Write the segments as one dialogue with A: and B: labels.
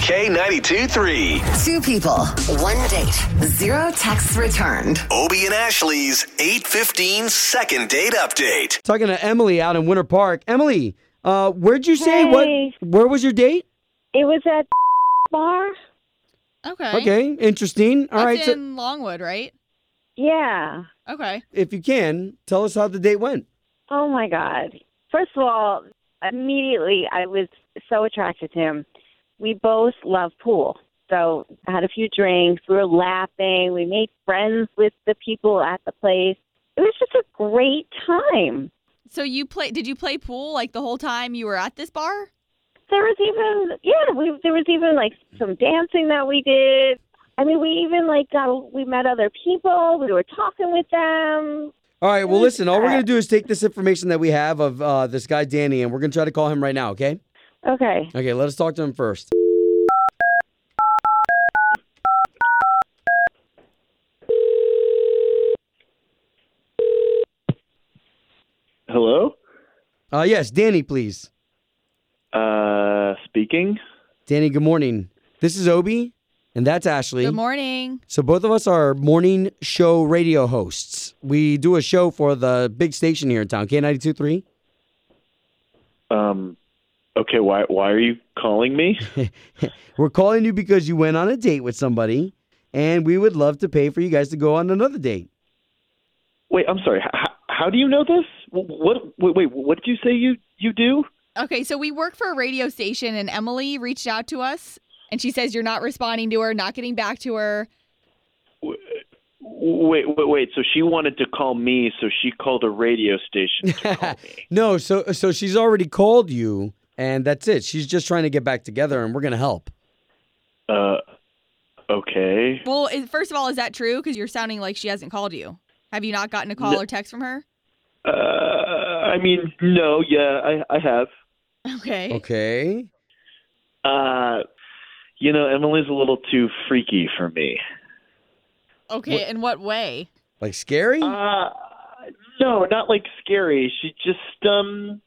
A: K92 3.
B: Two people, one date, zero texts returned.
A: Obie and Ashley's 815 second date update.
C: Talking to Emily out in Winter Park. Emily, uh, where'd you say what?
D: Hey.
C: Where was your date?
D: It was at bar.
E: Okay.
C: Okay, interesting. All
E: That's
C: right, so
E: in Longwood, right?
D: Yeah.
E: Okay.
C: if you can, tell us how the date went.
D: Oh my God. First of all, immediately I was so attracted to him. We both love pool. So I had a few drinks. We were laughing. We made friends with the people at the place. It was just a great time.
E: So you play? Did you play pool like the whole time you were at this bar?
D: There was even, yeah, we, there was even like some dancing that we did. I mean, we even like got, we met other people. We were talking with them.
C: All right, well, listen, all we're going to do is take this information that we have of uh, this guy, Danny, and we're going to try to call him right now, okay?
D: Okay.
C: Okay, let us talk to him first.
F: Hello?
C: Uh, yes, Danny, please.
F: Uh, speaking?
C: Danny, good morning. This is Obi, and that's Ashley.
E: Good morning.
C: So both of us are morning show radio hosts. We do a show for the big station here in town, K92.3.
F: Um, okay, why, why are you calling me?
C: We're calling you because you went on a date with somebody, and we would love to pay for you guys to go on another date.
F: Wait, I'm sorry. How, how do you know this? Wh- What, wait, wait, what did you say you, you do?
E: Okay, so we work for a radio station, and Emily reached out to us, and she says you're not responding to her, not getting back to her.
F: Wait, wait, wait. So she wanted to call me, so she called a radio station. to call me.
C: No, so so she's already called you, and that's it. She's just trying to get back together, and we're gonna help.
F: uh, okay.
E: Well, is, first of all, is that true? Because you're sounding like she hasn't called you. Have you not gotten a call or text from her?
F: Uh, I mean, no, yeah, I, I have.
E: Okay.
C: Okay.
F: Uh, you know, Emily's a little too freaky for me.
E: Okay. In what way?
C: Like scary?
F: Uh, no, not like scary. She just um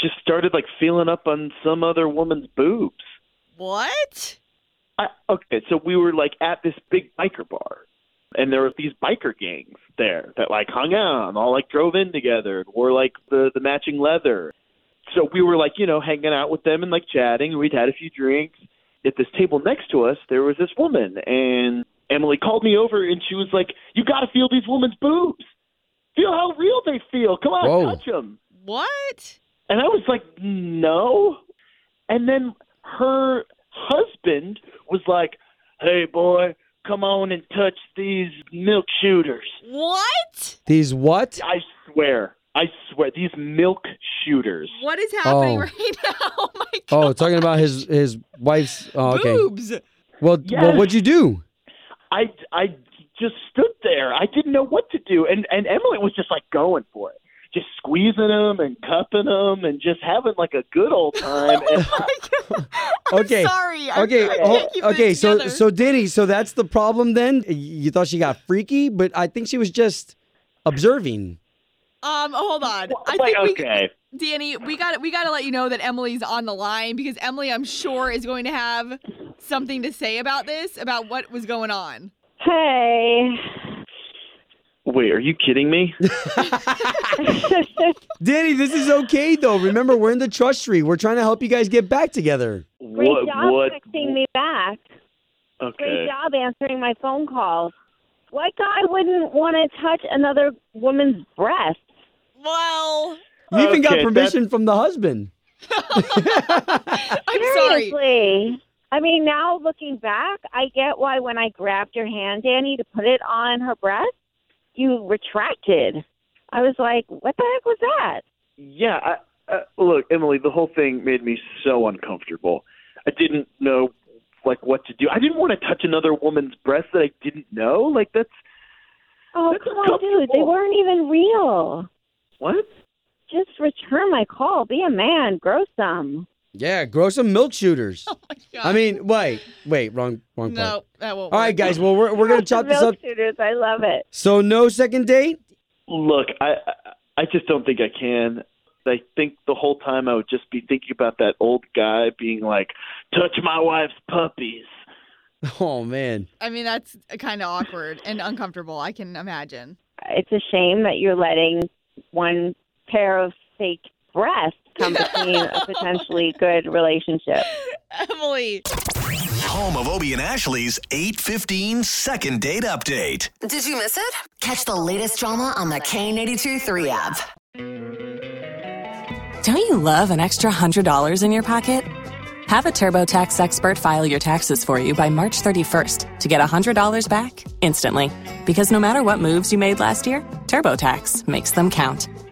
F: just started like feeling up on some other woman's boobs.
E: What?
F: I, okay, so we were like at this big biker bar, and there were these biker gangs there that like hung out and all like drove in together and wore like the the matching leather. So we were like you know hanging out with them and like chatting. and We'd had a few drinks. At this table next to us, there was this woman, and Emily called me over and she was like, "You got to feel these women's boobs. Feel how real they feel. Come on,
C: Whoa.
F: touch 'em." touch them."
E: What?
F: And I was like, no. And then her husband was like, hey, boy, come on and touch these milk shooters.
E: What?
C: These what?
F: I swear. I swear. These milk shooters.
E: What is happening
C: Oh.
E: right now? Oh my god.
C: Oh, talking about his his wife's. Oh, okay.
E: Boobs.
C: Well, well,
F: Yes.
C: what'd you do?
F: I, I just stood there. I didn't know what to do. And, and Emily was just like going for it. Just squeezing them and cupping them and just having like a good old time. And
C: Okay.
E: Sorry. I'm,
C: Okay.
E: I can't
C: oh,
E: keep this
C: okay. So
E: together.
C: so Danny. So that's the problem then. You thought she got freaky, but I think she was just observing.
E: um, hold on. I
F: like,
E: think we,
F: okay.
E: Danny, we got we got to let you know that Emily's on the line because Emily, I'm sure, is going to have something to say about this, about what was going on.
D: Hey.
F: Wait, are you kidding me?
C: Danny, this is okay though. Remember, we're in the trust tree. We're trying to help you guys get back together.
D: Great
F: what?
D: job
F: what?
D: texting me back. Great
F: Okay.
D: job answering my phone calls. What guy wouldn't want to touch another woman's breast?
E: Well,
C: You even got
F: Okay,
C: permission from the husband.
E: I'm
D: Seriously.
E: sorry.
D: I mean, now looking back, I get why when I grabbed your hand, Danny, to put it on her breast, you retracted. I was like, what the heck was that?
F: Yeah, I, uh, look, Emily, the whole thing made me so uncomfortable. I didn't know like what to do. I didn't want to touch another woman's breast that I didn't know. Like that's
D: Oh,
F: That's
D: come on, dude. They
F: uncomfortable.
D: weren't even real.
F: what?
D: Just return my call. Be a man. Grow some.
C: Yeah, grow some milk shooters.
E: Oh God.
C: I mean, wait, wait, wrong, wrong part.
E: no, that won't.
C: All right,
E: work.
C: guys. Well, we're we're gonna chop this
D: Milk
C: up.
D: shooters. I love it.
C: So no second date.
F: Look, I I- I just don't think I can. I think the whole time I would just be thinking about that old guy being like, "Touch my wife's puppies."
C: Oh man.
E: I mean, that's kind of awkward and uncomfortable. I can imagine.
D: It's a shame that you're letting one pair of fake breasts come between a potentially good relationship.
E: Emily,
A: Home of Obie and Ashley's 815 second date update.
B: Did you miss it? Catch the latest drama on the K82 3 app.
G: Don't you love an extra $100 in your pocket? Have a TurboTax expert file your taxes for you by March 31st to get $100 back instantly. Because no matter what moves you made last year, TurboTax makes them count.